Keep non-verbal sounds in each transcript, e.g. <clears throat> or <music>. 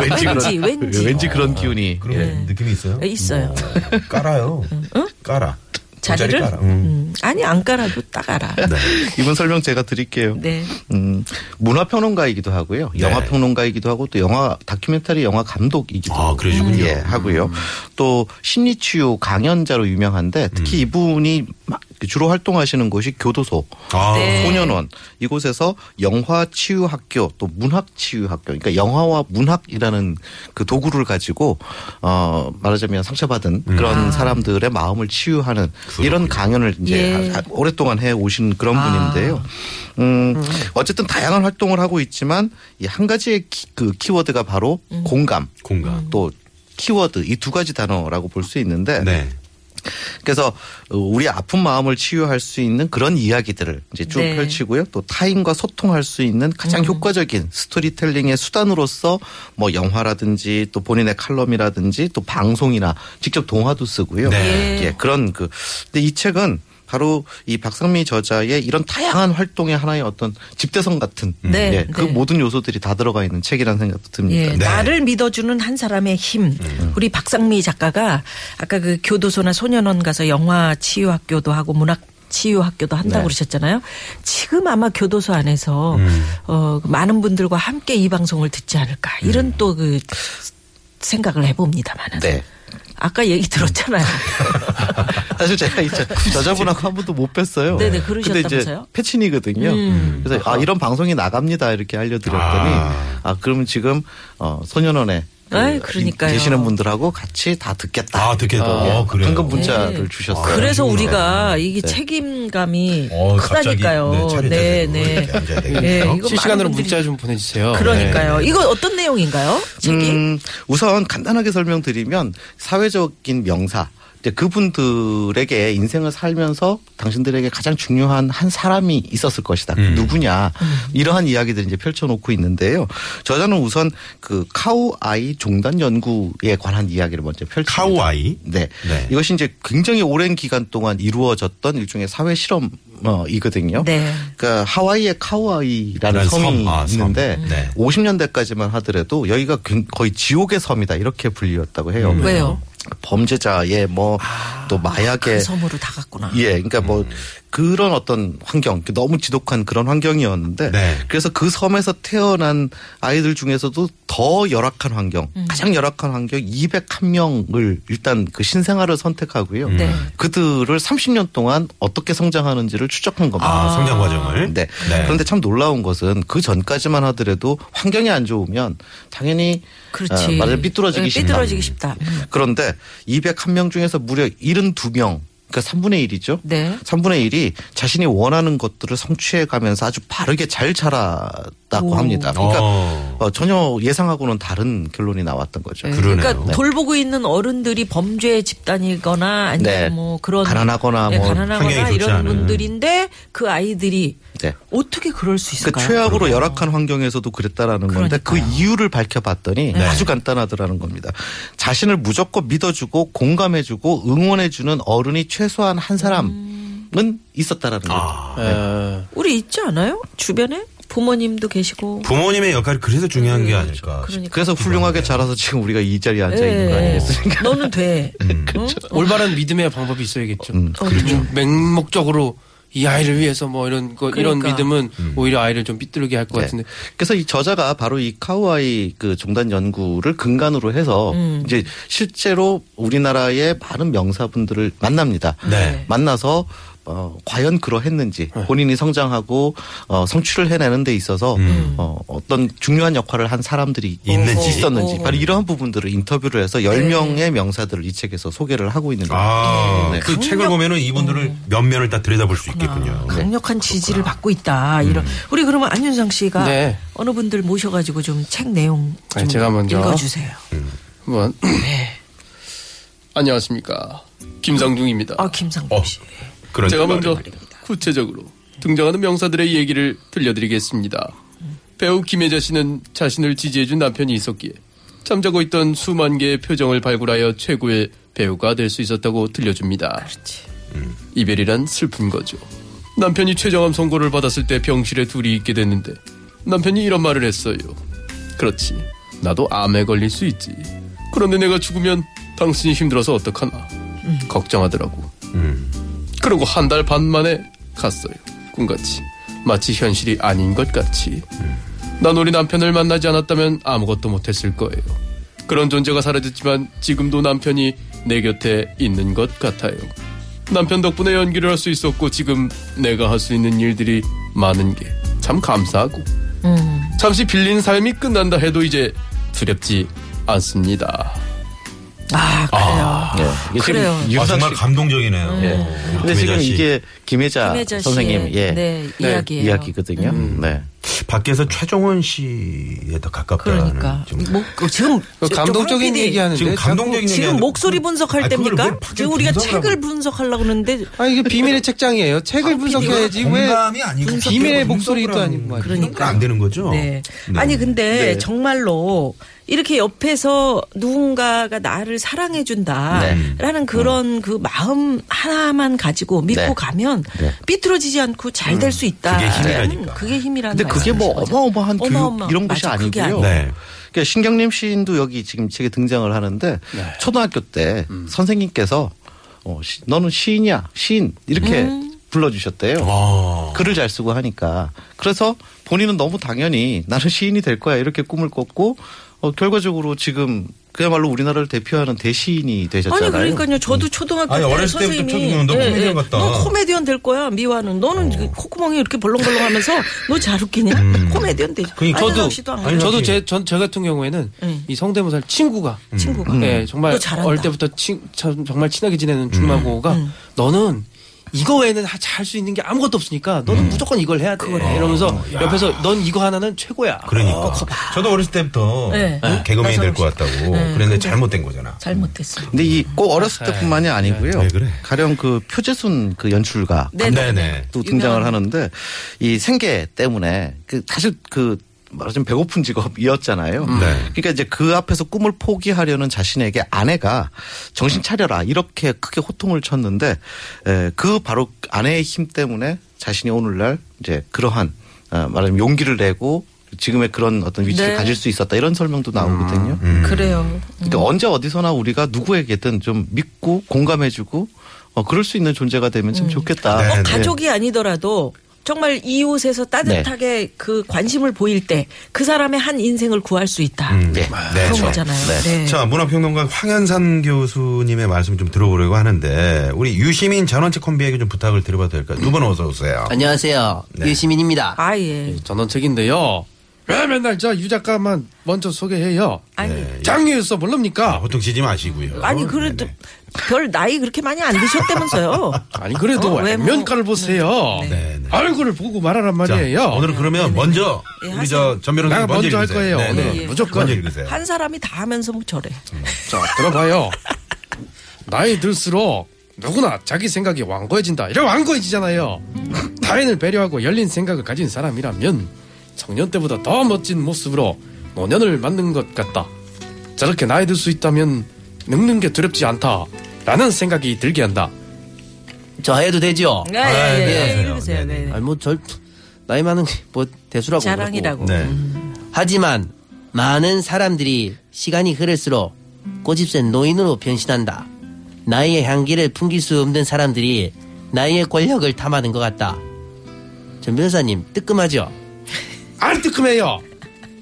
왠지, 왠지, 네. 왠지. 왠지 그런 기운이 그런 느낌이 있어요? 있어요. 어, 깔아요. 깔아. 자리를? 깔아. 음. 네. 음, 아니, 안 깔아도 딱 알아. 이번 설명 제가 드릴게요. 네. 음, 문화평론가이기도 하고요. 네. 영화평론가이기도 하고 또 영화 다큐멘터리 영화 감독이기도 아, 그러시군요. 음. 예, 하고요. 또 심리치유 강연자로 유명한데 음. 특히 이분이 막 주로 활동하시는 곳이 교도소, 아, 소년원 이곳에서 영화치유학교 또 문학치유학교 그러니까 영화와 문학이라는 그 도구를 가지고 어 말하자면 상처받은 그런 사람들의 마음을 치유하는 이런 강연을 이제 예. 하- 오랫동안 해 오신 그런 분인데요. 음, 어쨌든 다양한 활동을 하고 있지만 이 한 가지의 키, 그 키워드가 바로 공감, 공감. 또 키워드 이 두 가지 단어라고 볼 수 있는데 음. 네. 그래서 어, 우리 아픈 마음을 치유할 수 있는 그런 이야기들을 이제 쭉 네. 음. 펼치고요. 또 타인과 소통할 수 있는 가장 효과적인 스토리텔링의 수단으로서 뭐 영화라든지 또 본인의 칼럼이라든지 또 방송이나 직접 동화도 쓰고요. 네. 예, 그런 그 근데 이 책은 바로 이 박상미 저자의 이런 다양한 활동의 하나의 어떤 집대성 같은 네, 예, 그 네. 모든 요소들이 다 들어가 있는 책이라는 생각도 듭니다. 예, 그러니까. 네. 나를 믿어주는 한 사람의 힘. 음. 우리 박상미 작가가 아까 그 교도소나 소년원 가서 영화 치유학교도 하고 문학 치유학교도 한다고 네. 그러셨잖아요. 지금 아마 교도소 안에서 음. 어, 그 많은 분들과 함께 이 방송을 듣지 않을까 이런 음. 또 그 생각을 해봅니다만은. 네. 아까 얘기 들었잖아요. 음. <laughs> 사실 제가 이 <laughs> 저- 저자분하고 한 번도 못 뵀어요. 네네, 근데 이제 그러셨다면서요? 음. 패친이거든요. 그래서 아 이런 방송이 나갑니다 이렇게 알려드렸더니 아. 아, 그러면 지금 어 소년원에 그 아이, 그러니까요. 계시는 분들하고 같이 다 듣겠다. 아, 듣겠다. 어, 그래요. 예. 방금 문자를 네. 주셨어요. <laughs> 그래서 그러시구나. 네. 우리가 이게 책임감이 어, 갑자기, 네, 크다니까요. 차례 네, 자세로 네. 이렇게 앉아야 되겠네요. 네. 예, 이거 실시간으로 많은 분들이- 문자 좀 보내주세요. 그러니까요. 이거 어떤 내용인가요? 책이? 음, 우선 간단하게 설명드리면 사회적인 명사. 이제 그분들에게 인생을 살면서 당신들에게 가장 중요한 한 사람이 있었을 것이다. 음. 누구냐. 이러한 이야기들을 이제 펼쳐놓고 있는데요. 저자는 우선 그 카우아이 종단 연구에 관한 이야기를 먼저 펼칩니다. 카우아이? 네. 네. 이것이 이제 굉장히 오랜 기간 동안 이루어졌던 일종의 사회 어, 실험이거든요. 네. 그러니까 하와이의 라는 카우아이라는 섬이 섬, 아, 섬. 있는데 네. 50년대까지만 하더라도 여기가 근- 거의 지옥의 섬이다 이렇게 불리웠다고 해요. 음. 왜요? 범죄자의 뭐 또 마약의 그 섬으로 다 갔구나. 예, 그러니까 음. 뭐 그런 어떤 환경, 너무 지독한 그런 환경이었는데, 네. 그래서 그 섬에서 태어난 아이들 중에서도 더 열악한 환경, 음. 가장 열악한 환경 201명을 일단 그 신생아를 선택하고요. 음. 네. 그들을 30년 동안 어떻게 성장하는지를 추적한 겁니다. 아, 성장 과정을. 네. 그런데 참 놀라운 것은 그 전까지만 하더라도 환경이 안 좋으면 당연히 그렇지. 어, 말하자면 삐뚤어지기 네, 쉽다. 삐뚤어지기 쉽다. 음. 그런데 201명 중에서 무려 72명 그러니까 3분의 1이죠. 네. 3분의 1이 자신이 원하는 것들을 성취해 가면서 아주 바르게 잘 자랐다고 오. 합니다. 그러니까 어. 어, 전혀 예상하고는 다른 결론이 나왔던 거죠. 네, 그러네요. 그러니까 돌보고 있는 어른들이 범죄 집단이거나 아니면 네. 뭐 그런 가난하거나 네, 뭐 가난하거나 환경이 좋지 이런 않은. 분들인데 그 아이들이 네. 어떻게 그럴 수 그 있을까요? 최악으로 열악한 환경에서도 그랬다라는 건데 그 그러니까요. 이유를 밝혀봤더니 아주 간단하더라는 겁니다. 자신을 무조건 믿어주고 공감해주고 응원해주는 어른이 최소한 한 사람은 음. 있었다라는 거죠. 어, 우리 있지 않아요? 주변에 부모님도 계시고 부모님의 역할이 그래서 중요한 게 아닐까. 싶- 그러니까. 그래서 훌륭하게 네. 자라서 지금 우리가 이 자리에 앉아 있는 거그 예. 아니겠습니까? 너는 돼. 음. 그렇죠. 예. 올바른 믿음의 방법이 있어야겠죠. 어, 그렇죠. 맹목적으로 이 아이를 위해서 뭐 이런 거 이런 그러니까. 믿음은 오히려 아이를 좀 삐뚤게 할 것 네. 같은데 그래서 이 저자가 바로 이 카우아이 그 종단 연구를 근간으로 해서 음. 이제 실제로 우리나라의 많은 명사분들을 만납니다. 네. 만나서 어, 과연 그러했는지 본인이 성장하고 어, 성취를 해내는 데 있어서 어, 어떤 중요한 역할을 한 사람들이 음. 있는지. 있었는지 어. 네. 바로 이러한 부분들을 인터뷰를 해서 10명의 명사들을 이 책에서 소개를 하고 있는 거예요. 아, 네. 그 책을 보면은 이분들을 몇 면을 다 들여다볼 수 있겠군요. 네. 네. 강력한 지지를 받고 있다. 이런 음. 우리 그러면 안윤상 씨가 네. 어느 분들 모셔가지고 좀 책 내용 좀 아니, 제가 먼저. 읽어주세요. 한번. <clears throat> 안녕하십니까. 김상중입니다. 아 김상국 어, 씨. 그런 제가 말을 먼저 말이다. 구체적으로 등장하는 명사들의 얘기를 들려드리겠습니다. 배우 김혜자 씨는 자신을 지지해준 남편이 있었기에 잠자고 있던 수만 개의 표정을 발굴하여 최고의 배우가 될 수 있었다고 들려줍니다. 음. 이별이란 슬픈 거죠. 남편이 최정암 선고를 받았을 때 병실에 둘이 있게 됐는데 남편이 이런 말을 했어요. 그렇지. 나도 암에 걸릴 수 있지. 그런데 내가 죽으면 당신이 힘들어서 어떡하나. 걱정하더라고. 그러고 한 달 반 만에 갔어요. 꿈같이. 마치 현실이 아닌 것 같이. 난 우리 남편을 만나지 않았다면 아무것도 못했을 거예요. 그런 존재가 사라졌지만 지금도 남편이 내 곁에 있는 것 같아요. 남편 덕분에 연기를 할 수 있었고 지금 내가 할 수 있는 일들이 많은 게 참 감사하고 잠시 빌린 삶이 끝난다 해도 이제 두렵지 않습니다. 아 그래요. 이게 지금 그래요. 유상 아, 정말 씨- 감동적이네요. 어, 근데 김혜자 지금 씨. 이게 김혜자, 김혜자 선생님 씨의 예. 네, 이야기예요. 이야기거든요. 음. 네. 밖에서 최종원 씨에 더 가깝다는 그러니까 음, 좀- 목 그 지금 감동적인 저 황 PD, 얘기하는데 지금 감동적인 얘기 지금 목소리 분석할 아니, 그걸 때입니까? 왜 밖에 지금 우리가 분석을 책을 하고- 분석하려고 그러는데 아 이게 비밀의 책장이에요. 책을 분석해야지 왜 공감이 아니고 비밀의 목소리도 아닌 말이에요. 그러니까 안 네. 되는 거죠. 네. 아니 근데 정말로 이렇게 옆에서 누군가가 나를 사랑해 준다라는 네. 그런 그 마음 하나만 가지고 믿고 네. 가면 삐뚤어지지 않고 잘 될 수 있다. 음. 그게 힘이라니까. 그게 힘이라는 근데 그게 뭐 말씀이신 거죠. 어마어마한 교육 어마어마. 이런 것이 맞아, 그게 아니고요. 아니에요. 네. 그러니까 신경림 시인도 여기 지금 책에 등장을 하는데 네. 초등학교 때 음. 선생님께서 어, 시- 너는 시인이야 시인 이렇게 음. 불러주셨대요. 글을 잘 쓰고 하니까 그래서 본인은 너무 당연히 나는 시인이 될 거야 이렇게 꿈을 꿨고 어, 결과적으로 지금 그야말로 우리나라를 대표하는 대시인이 되셨잖아요. 음. 아니 그러니까요. 저도 초등학교 아니, 때 어렸을 때부터 선생님이 예, 초등학교 너 코미디언 같다. 어. 너 코미디언 될 거야. 미화는 너는 그 콧구멍이 이렇게 벌렁벌렁하면서 너 잘 웃기냐? 코미디언 되지. 그러니까. 안현석 저도 씨도 안 아니, 그래요. 저도 제 전 저 같은 경우에는 응. 이 성대모사 친구가 친구가. 음. 네, 정말 너 음. 잘한다. 음. 어릴 때부터 친, 참- 정말 친하게 지내는 중마고가 너는 이거 외에는 잘 수 있는 게 아무것도 없으니까 음. 너는 무조건 이걸 해야 돼. 어, 이러면서 옆에서 넌 이거 하나는 최고야. 어, 그러니까. 저도 어렸을 때부터 네. 어? 개그맨이 될 것 같다고. 그랬는데 잘못된 거잖아. 잘못됐어. 음. 근데 이 꼭 어렸을 때뿐만이 아니고요. 네. 왜 그래? 가령 그 표재순 그 연출가 네. 네네. 또 등장을 하는데 이 생계 때문에 그 사실 그 말하자면 배고픈 직업이었잖아요. 음. 네. 그러니까 이제 그 앞에서 꿈을 포기하려는 자신에게 아내가 정신 차려라 이렇게 크게 호통을 쳤는데 에, 그 바로 아내의 힘 때문에 자신이 오늘날 이제 그러한 어, 말하자면 용기를 내고 지금의 그런 어떤 위치를 네. 가질 수 있었다 이런 음, 설명도 나오거든요. 그래요. 뭐 그러니까 언제 어디서나 우리가 누구에게든 좀 믿고 공감해주고 어, 그럴 수 있는 존재가 되면 참 좋겠다. 네, 네. 어, 가족이 아니더라도 정말 이웃에서 따뜻하게 네. 그 관심을 보일 때 그 사람의 한 인생을 구할 수 있다. 네. 네, 그런 저- 거잖아요. 네. 자, 문화평론가 황현산 교수님의 말씀 좀 들어보려고 하는데, 우리 유시민 전원책 콤비에게 좀 부탁을 드려봐도 될까요? 두 분 어서오세요. 안녕하세요. 유시민입니다. 아 예. 전원책인데요. 왜 맨날 저 유 작가만 먼저 소개해요? 아니 장유서 아, 모릅니까? 보통 지지 마시고요. 아니 네, 그래도 별 나이 그렇게 많이 안 드셨다면서요. 아니 그래도 어, 외모. 면가를 보세요. 네, 네. 얼굴을 보고 말하란 자, 말이에요. 오늘은 그러면 먼저 예, 우리 저전 변호사님 나 먼저 먼저 할 읽으세요. 거예요. 네, <laughs> 네. 오늘 무조건. 먼저 읽으세요. 한 사람이 다 하면서 뭐 저래. 자, 아, 들어봐요. 나이 들수록 누구나 자기 생각이 완고해진다. 이래 완고해지잖아요. 타인을 배려하고 열린 생각을 가진 사람이라면 청년 때보다 더 멋진 모습으로 노년을 맞는 것 같다. 저렇게 나이 들 수 있다면 늙는 게 두렵지 않다. 라는 생각이 들게 한다. 저 해도 되죠? 네, 예, 네, 예, 네. 읽으세요. 네, 네. 아니 뭐 절 나이 많은 게 뭐 대수라고 자랑이라고. 네. 하지만 많은 사람들이 시간이 흐를수록 꼬집센 노인으로 변신한다. 나이의 향기를 풍길 수 없는 사람들이 나이의 권력을 탐하는 것 같다. 전 변호사님 뜨끔하죠? 안 뜨끔해요.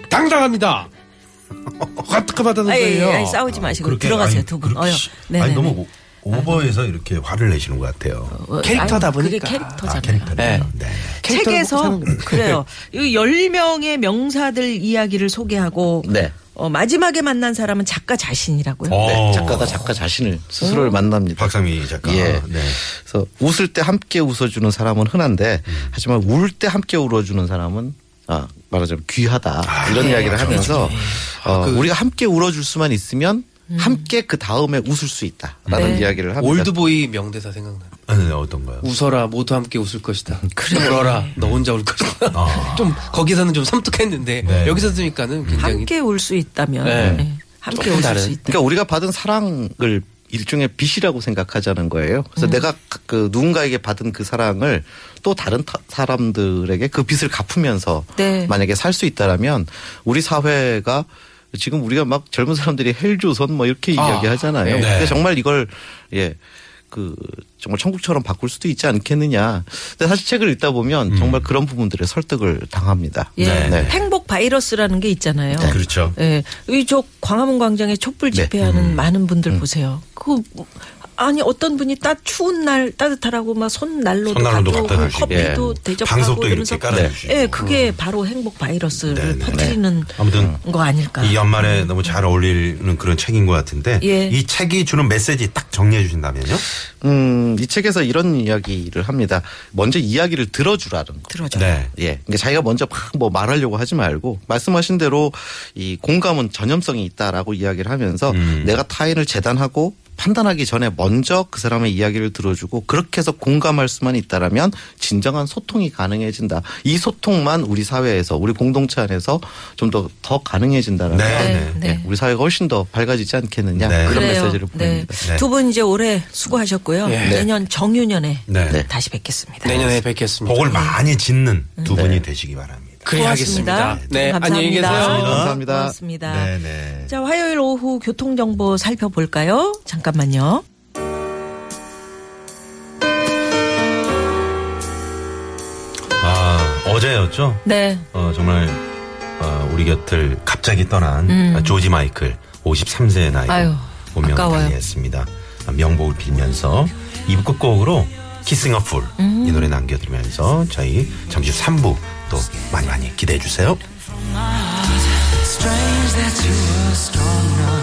당당합니다. <laughs> 가 뜨끔하다는 아니, 거예요. 아니, 싸우지 마시고 그렇게, 들어가세요 아니, 두 분. 그렇게 어여. 시- 네, 아니 네, 너무 네. 오- 오버에서 이렇게 화를 내시는 것 같아요. 어, 캐릭터다 아니, 보니까. 그게 캐릭터잖아요. 아, 캐릭터. 네. 네. 캐릭터를 책에서 보고 사는 그래요. 이 10명의 명사들 이야기를 소개하고 네. 어, 마지막에 만난 사람은 작가 자신이라고요. 어, 음. 작가가 작가 자신을 스스로를 만납니다. 박상미 작가. 예. 네. 그래서 웃을 때 함께 웃어주는 사람은 흔한데 음. 하지만 울 때 함께 울어주는 사람은 아, 말하자면 귀하다 아, 이런 네, 이야기를 그렇죠. 하면서 어, 그 우리가 함께 울어줄 수만 있으면 음. 함께 그 다음에 웃을 수 있다라는 네. 이야기를 합니다. 올드보이 명대사 생각나. 아, 네, 어떤가요? 웃어라 모두 함께 웃을 것이다. 울어라 너 혼자 울 것이다. 아. <laughs> 좀 거기서는 좀 섬뜩했는데 네. 여기서 들으니까는 굉장히 함께 올 수 있다면 네. 네. 함께 조금 올 다른. 수 있다. 그러니까 우리가 받은 사랑을 일종의 빚이라고 생각하자는 거예요. 음. 그래서 내가 그 누군가에게 받은 그 사랑을 또 다른 타- 사람들에게 그 빚을 갚으면서 네. 만약에 살 수 있다라면 우리 사회가 지금 우리가 막 젊은 사람들이 헬조선 뭐 이렇게 아, 이야기하잖아요. 네. 근데 정말 이걸 예. 그 정말 천국처럼 바꿀 수도 있지 않겠느냐. 근데 사실 책을 읽다 보면 정말 그런 부분들의 설득을 당합니다. 음. 예. 네. 네. 행복 바이러스라는 게 있잖아요. 그렇죠. 예. 이쪽 광화문 광장에 촛불 네. 집회하는 음. 많은 분들 보세요. 그 아니 어떤 분이 따 추운 날 따뜻하라고 막 손난로도 손난로도 갖고 갖다 주시고. 커피도 예. 대접하고 방석도 이렇게 이러면서 깔아주시고. 음. 예, 그게 바로 행복 바이러스를 네, 네. 퍼뜨리는 아무튼 거 음. 아닐까? 이 연말에 너무 잘 어울리는 그런 책인 것 같은데 예. 이 책이 주는 메시지 딱 정리해 주신다면요? 음, 이 책에서 이런 이야기를 합니다. 먼저 이야기를 들어주라는 거. 들어줘. 네. 예. 그러니까 자기가 먼저 막 뭐 말하려고 하지 말고 말씀하신 대로 이 공감은 전염성이 있다라고 이야기를 하면서 음. 내가 타인을 재단하고 판단하기 전에 먼저 그 사람의 이야기를 들어주고 그렇게 해서 공감할 수만 있다라면 진정한 소통이 가능해진다. 이 소통만 우리 사회에서 우리 공동체 안에서 좀 더 더 가능해진다라는 네, 네. 예, 우리 사회가 훨씬 더 밝아지지 않겠느냐 네. 그런 그래요. 메시지를 네. 보냅니다. 네. 예. 두 분 이제 올해 수고하셨고요. 내년 정유년에 네. 네. 다시 뵙겠습니다. 내년에 뵙겠습니다. 복을 많이 짓는 두 네. 분이 되시기 바랍니다. 그래 하겠습니다. 고맙습니다. 네 감사합니다. 안녕히 계세요. 감사합니다. 고맙습니다. 네, 네. 자, 화요일 오후 교통정보 살펴볼까요? 잠깐만요. 아, 어제였죠? 네. 어, 정말 어, 우리 곁을 갑자기 떠난 아, 조지 마이클 53세의 나이로 음. 아유, 운명을 아까워요. 달리했습니다. 명복을 빌면서 2부 끝곡으로 키싱 어풀 이 음. 노래 남겨드리면서 저희 잠시 후 3부 또 많이 많이 기대해 주세요. Strange that you were strong enough